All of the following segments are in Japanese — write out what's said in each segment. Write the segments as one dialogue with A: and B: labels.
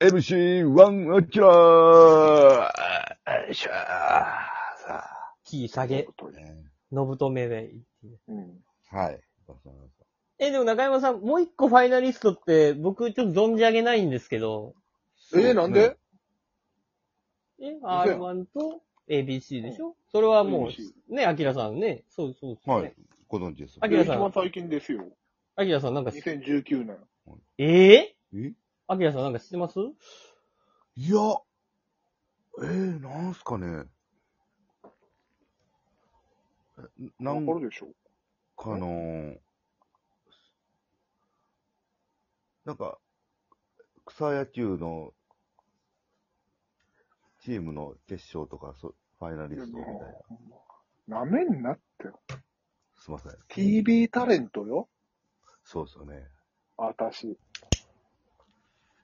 A: 4MC1 アキラーよいしょーさあ。
B: キー下
A: と
B: げ、
A: いうことでね
B: のぶとめで。
C: うん。
A: はい。
B: え、でも中山さん、もう一個ファイナリストって、僕ちょっと存じ上げないんですけど、
C: えーなんで
B: え、
C: や
B: R1 と ABC でしょ、それはも
C: ABC
B: う、ね、アキラさんね。そうそうですよ
A: は
B: ね
A: い。。ご存知です。
B: あ
C: い
B: き
C: や
B: ら
C: 一
B: さん
C: 番最近ですよ。
B: アキラさんなんか、
C: 2019年。
B: ええ
A: え
B: アキラさんなんか知ってます
A: いや、えー、なんすかね。えな
C: わ
A: ん
C: かるでしょ
A: かの、なんか、草野球のチームの決勝とか、そファイナリストみたいな。
C: なめんなって。
A: すいません。
C: TV タレントよ。
A: そうですよね。
C: 私。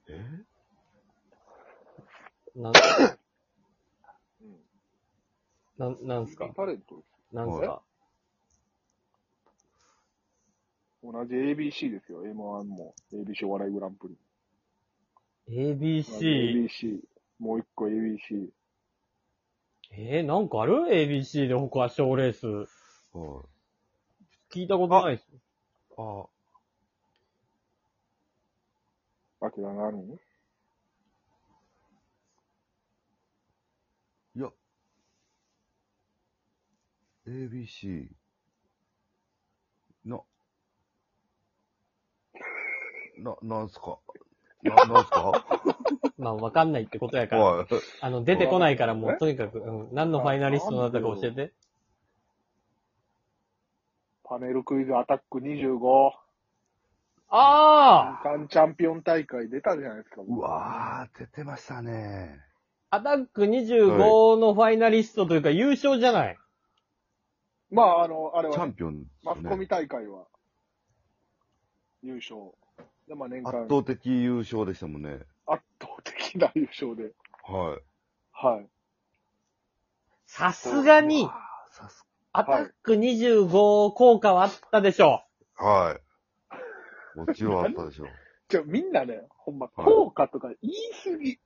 A: え
B: なん、
C: うん。
B: なん、なんすか
C: TV タレントです。
B: なんすか
C: 同じ ABC ですよ。M1 も。ABC お笑いグランプリ。同じ
B: ?ABC。
C: ABC。もう一個 ABC。
B: えー、なんかある ?ABC で他賞レース。
A: はい
B: 聞いたことないです。
A: あ、
C: あきら何
A: いや。ABC な、な、なんすかな、なんすか
B: まあ、わかんないってことやから。
A: はい。
B: あの、出てこないからも
C: え
B: う、とにかく、うん、何のファイナリストだったか教えて。
C: パネルクイズアタック25。年
B: ああ
C: 間チャンピオン大会出たじゃないですか。
A: うわー、出てましたね。
B: アタック25のファイナリストというか優勝じゃない。
C: まあ、あの、あれ
A: チャ
C: はね、
A: ンピオンです
C: マ
A: よ
C: スコミ
A: ね。
C: 大会は、優勝。で、まあ年
A: 圧
C: 間、
A: 倒的優勝でしたもんね。
C: 圧倒的な優勝で。
A: はい。
C: はい。
B: さすが
A: う
B: に、
A: わーさす
B: アタック25効果はあったでしょ
A: はい。もちろんあったでしょう。
C: じゃあみんなね、ほんま、
A: はい
C: 効果とか言い過ぎ。い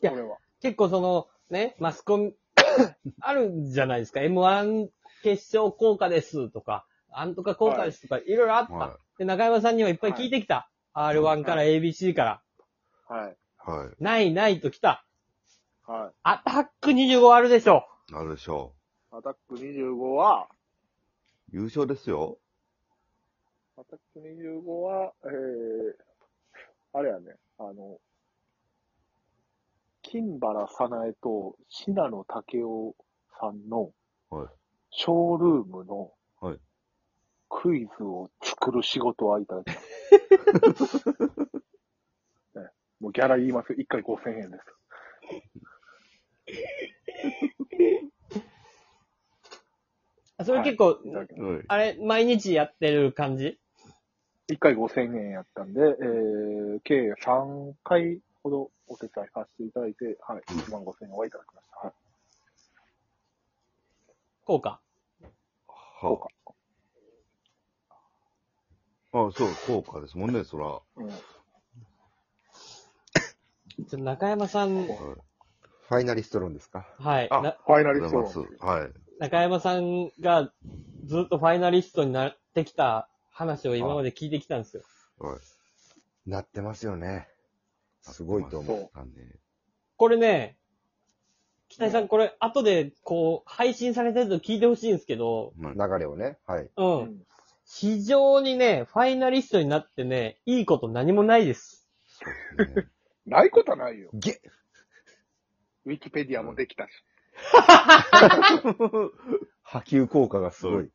B: や
C: これは。
B: う。結構その、ね、マスコミ、 あるんじゃないですか。M1 決勝効果ですとか、あんとか効果ですとか、いろい ろあった。
A: は
B: で、中山さんにはいっぱい聞いてきた。R1 から ABC から。
C: はい。
A: い。はい。
B: ないないと来た。
C: は
B: アタック25あるでしょ
A: なるでしょ
C: い。アタック25は、
A: う。優勝ですよ。
C: アタック25は、えー、あれやね、あの、金原さなえと信野武雄さんの、
A: はい
C: ショールームの、
A: はい
C: クイズを作る仕事はあいただきま す。ねもうギャラ言いますよ。1回5000円です。
B: それ結構、
C: いただきます
A: はい。
B: あれ、毎日やってる感じ
C: 1回5000円やったんで、えー、計3回ほどお手伝いさせていただいて、はい、1万5000円はいただきました。はい
B: 効果。
A: はあ、そう、効果ですもんね、そら。は
C: うん
B: ちょ中山さん、
A: い。
D: ファイナリスト論ですか
B: はい。
A: あ
B: な
C: ファイナ
A: あり
C: リ
A: が
C: ス
A: と
C: ト
A: うございます。はい。
B: 中山さんがずっとファイナリストになってきた話を今まで聞いてきたんですよ。
A: はい。
D: なってますよね。すごいと思う。
C: そう
A: なんで
B: これね、北井さん、これ後でこう、配信されてると聞いてほしいんですけど、
A: はい
D: 流れをね。はい。
B: う。
C: うんん。
B: 非常にね、ファイナリストになってね、いいこと何もないです。
A: そうですね。
C: ないことはないよ。
D: げ
C: ウィキペディアもできたし。
D: 波及効果がすごい。
C: うん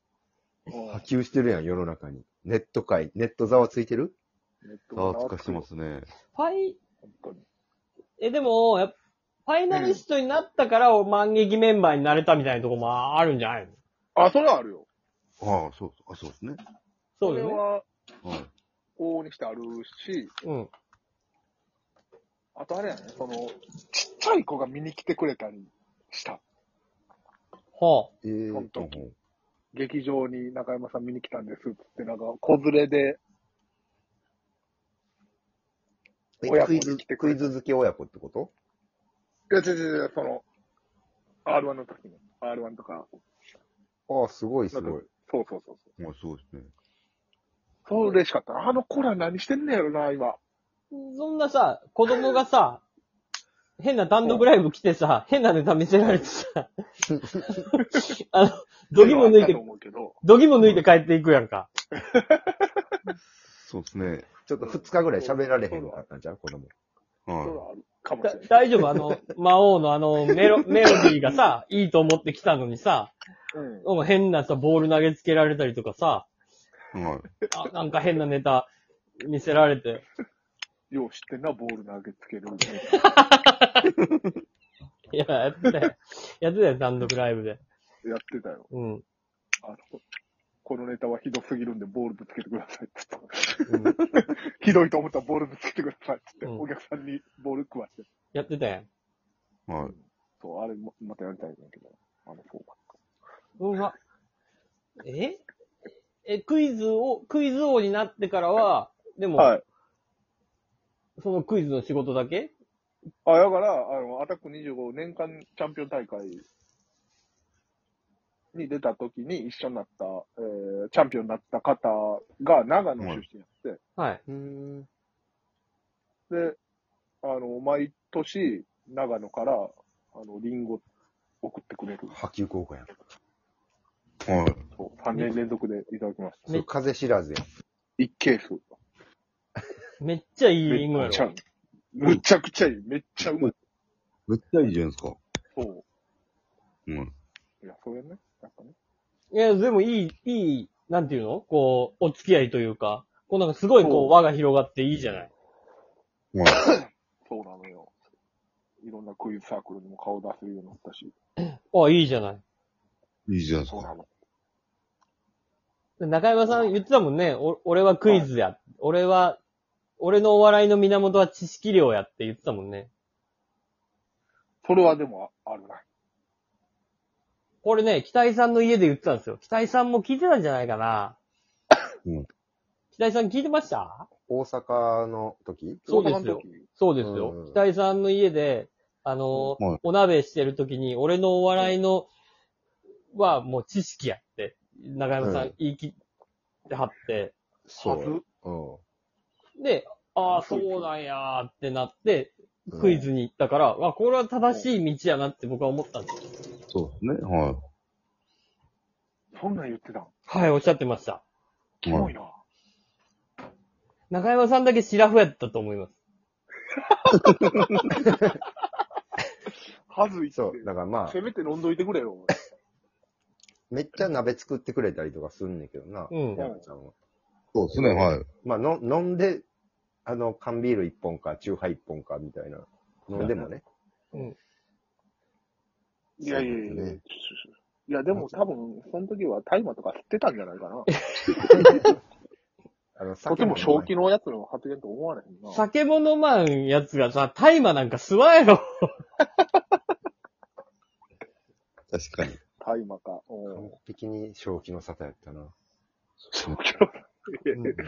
D: 波及してるやん、世の中に。ネット界、ネットざわついてる
C: ネット
A: ざ
C: も
A: わつかしてま
C: ざわ
A: すね。
B: ファイ、
C: つく本当に
B: え、でも、やっぱファイナリストになったから、万劇メンバーになれたみたいなとこもあるんじゃないの
C: あ、それはあるよ。
A: ああ、そう、あそうですね。
B: そう
C: れ
B: よね。
C: は、
A: はい。
C: 往々にしてあるし、
B: うん。
C: あとあれやね、その、ちっちゃい子が見に来てくれたりした。
B: ほ
D: ええ
C: ほん
D: ー。
C: と
A: ほう
C: 劇場に中山さん見に来たんですって、なんか、子連れで、
D: え
C: 親子
D: クイズ
C: 来て、く
D: ク
C: れ
D: イズ好き親子ってこと
C: いや、違う違う違う、その、R1 の時に、R1 とか、
D: ああ、すごいすごい。
C: そうそうそうそう。
D: もうそうですね。
C: そう嬉しかったな。あの子ら何してんねやろな、今。
B: そんなさ、子供が さ、変な単独ライブ来てさ、変なネタ見せられて さ、あの、ドギも抜い
C: そう
B: て、
C: いうのあったと思うけど。
B: ドギも抜いて帰っていくやんか。
D: そうですね。ちょっと2日ぐらい喋られへんわ。なんじゃう子供。
C: そういう
D: は
C: のあるかもし
B: だ
C: れない。
B: 大丈夫あの、魔王のあの、メ ロ、メロディーがさ、いいと思ってきたのにさ、
C: うん。
B: なんか変なさ、ボール投げつけられたりとかさ、
D: い。はい。
B: あ、なんか変なネタ見せられて。
C: よう知ってんな、ボール投げつける。
B: いや、やってたよ。やってたよ、単独ライブで。
C: やってたよ。
B: うん。
C: あの、このネタはひどすぎるんで、ボールぶつけてくださいって言って。
B: う ん
C: ひどいと思ったらボールぶつけてくださいって言っ
B: う
C: て、
B: ん
C: お客さんにボール食わして。
B: やってたやん。
D: はい。
C: そう、あれも、またやりたいねんだけど、あのフォーマット。
B: うわ。ええ、クイズを、クイズ王になってからは、でも、
C: はい。
B: そのクイズの仕事だけ
C: あ、だから、あの、アタック25年間チャンピオン大会に出た時に一緒になった、えー、チャンピオンになった方が長野出身やって、
B: はい。
D: うん。
C: で、あの、毎年長野から、あの、リンゴ送ってくれる。
D: 波及効果やん。はい。
C: そう、3年連続でいただきまし
D: それ風知らずやん。
C: た。1ケース。
B: めっちゃいいリンゴ
C: め
B: や
C: っちゃ
B: ろ。、
C: むちゃくちゃいい。めっちゃうまい。
D: めっちゃいいじゃないですか。
C: そ
D: うん。
C: う。いや、それね、やっぱね。
B: いや、でもいい、いい、なんていうのこう、お付き合いというか、こうなんかすごい
C: そ
B: こ
C: う
B: う、輪が広がっていいじゃない。
D: はい。
C: そうなのよ。いろんなクイズサークルにも顔出せるようになったし。
B: あ、いいじゃない。
D: いいじゃないです
C: そうな
D: か。
C: の。
B: で中山さん言ってたもんね、お俺はクイズや。俺は、俺のお笑いの源は知識量やって言ってたもんね。
C: それはでもああるな。
B: これね、北井さんの家で言ってたんですよ。北井さんも聞いてたんじゃないかな。
D: うん
B: 北井さん聞いてました
D: 大阪の時
B: そうですよ
C: 大阪の時
B: そうですよ
D: うん。
B: 北井さんの家で、あのー
D: うんはい
B: お鍋してる時に、俺のお笑いの、はもう知識やって、中山さ
D: うんん
B: 言い切ってはって、
D: そう。うん。
B: で、ああ、そうなんやーってなって、クイズに行ったから、わ、これは正しい道やなって僕は思ったんですよ。
D: そうですね。は
C: そんなん言ってたん。
B: はい、おっしゃってました。
C: キモいな。
B: 中山さんだけシラフやったと思います。
C: はずいっ
D: い。
C: て。
D: そう。だからまあ
C: せ、めて飲んどいてくれよ。
D: めっちゃ鍋作ってくれたりとかするんだけどな。
B: うん。
D: 山ちゃんは。
E: そうですね、はい。
D: まあ、の飲んで、あの、缶ビール一本か、チューハイ一本か、みたいな。飲んでもね。
C: いやいやい
D: そう
C: やい
D: です
C: や
D: ね。
C: いや、でも多分、その時は大麻とか吸ってたんじゃないかな。
D: あの、
C: とても正気のやつの発言と思われへんな。
B: 酒も飲まんやつがさ、大麻なんか吸わんやろ。
E: 確かに。
C: 大麻か。
D: 完
C: うん
D: 璧に正気の沙汰やったな。
C: 正気の、いやいや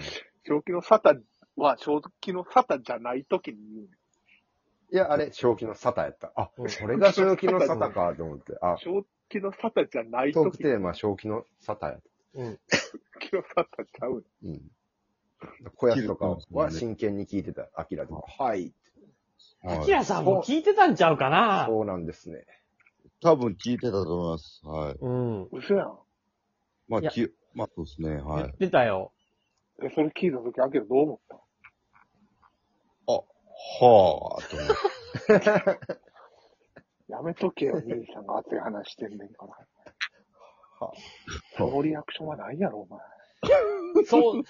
C: 正気の沙汰は正気の沙汰じゃない時に言うね。
D: いや、あれ、正気の沙汰やった。あ、
B: うん
D: これが正気の沙汰か、と思って。あ、
C: 正気の沙汰じゃない
D: トーク
C: 時
D: テーマ、正気の沙汰やった。
B: うん。
C: 正気の沙汰ちゃうね。
D: うん。小安とかは真剣に聞いてた、アキラとか。はい。
B: ア
E: は
B: キ
E: い、
B: ラさんも聞いてたんちゃうかな
D: そうなんですね。
E: 多分聞いてたと思います。はい。
B: うん。
C: 嘘やん。
E: ま
B: い
E: あ、
B: や
E: きまあ、そうですね、は
B: 言っ
E: い。
B: てたよ。
C: え、それ聞いた時、アキラどう思った
E: はあ、と思って
C: やめとけよ、兄さんが熱い話してんねんから。
D: は
C: そのリアクションはないやろ、お前。
B: そう。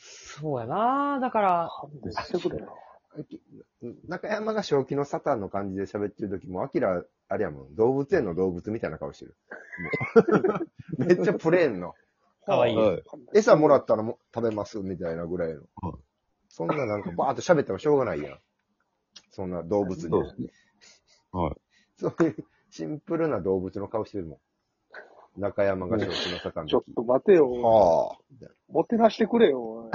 B: そうやなだから、
C: 勘弁してくれよ。
D: あき中山が正気の沙汰の感じで喋ってる時も、アキラ、あれやもん、動物園の動物みたいな顔してる。 もうめっちゃプレーンの。
B: かわいい。
E: はい。
D: 餌もらったらも食べますみたいなぐらいの
E: はい。
D: そんななんかバーッと喋ってもしょうがないやん。そんな動物に
E: そう。ですね。
D: そういうシンプルな動物の顔してるもん。中山が正気の沙汰の
C: ちょっ
D: 時。
C: と待てよ。
D: はあ。
C: もてなしてくれよ。おい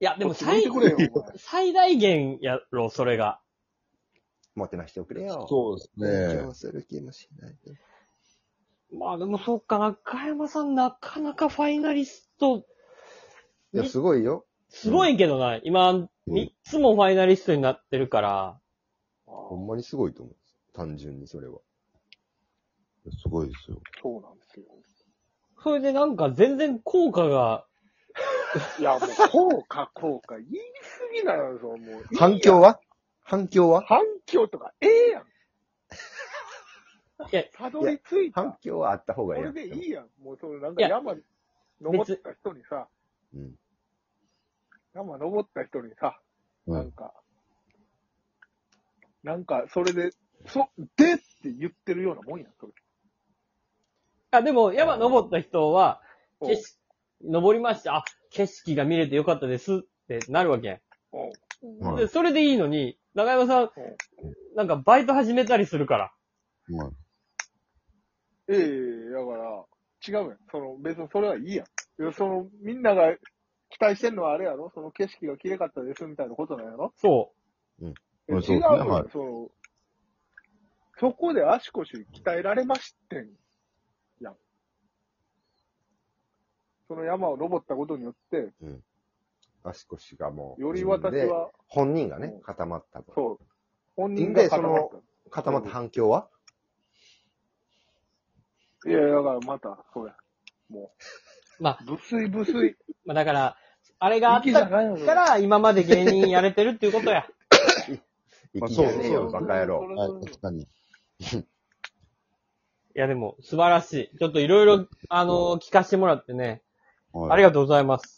B: いや、でも最
C: 最て、くれよ、
B: 最大限やろ、それが。
D: もてなしておくれよ。
E: そうですね
D: 強。する気もしないで。
B: まあでもそっか、中山さんなかなかファイナリスト、
D: いや、すごいよ。
B: すごいけどな、今、3つもファイナリストになってるから、
C: お
D: ほん
C: 前。
D: まにすごいと思う。単純にそれは。
E: すごいですよ。
C: そうなんですよ。
B: それでなんか全然効果が、
C: いや、もう、効果、効果、言い過ぎだよ、そう、もう。
D: 反響は反響は
C: 反響とか、ええやん。
B: いや
C: たどり着い
D: 反
C: た。
D: 響はあった方
C: こ
D: がいいや
C: れ
D: ん。
C: でいいやん。もう、その、なんか山登った人にさ、
D: うん。
C: 山登った人にさ、
E: うん
C: なんか、なんか、それで、そ、でって言ってるようなもんやん、それ。
B: あ、でも山登った人は、
C: おう
B: 景色、登りました。あ、景色が見れてよかったですってなるわけやん。
C: おう
E: はい
B: で、それでいいのに、中山さん、なんかバイト始めたりするから。
E: まあ、
C: ええだから、違うやん。その、別にそれはいいやん。いやその、みんなが期待してんのはあれやろその景色が綺麗かったですみたいなことなんやろ
B: そ
C: え
E: まあそう
C: 違う
E: ですね
C: よ、
E: はい
C: その、そこで足腰鍛えられましてん。やん。その山を登ったことによって、
D: 足腰がもう。
C: より私
D: 自分で
C: は、
D: 本人がね、固まったと。
C: そう、本人が
D: でそ
C: 固
D: の
C: まった。
D: 固まった反響はい
C: や、だからまた、それ。もう。
B: まあ、
C: 無水無水。
B: う。まあだから、あれがあっ
C: 息じ
B: た
C: ゃ
B: か
C: ないのよ。
B: ら、今まで芸人やれてるっていうことや。
D: 生
E: まあ
D: きてねえ
E: そ
D: よ、
E: う
D: バカ野郎。
E: はい、確かに。
B: いやでも、素晴らしい。ちょっといろいろ、あのー聞かせてもらってね、
E: はい
B: ありがとうございます。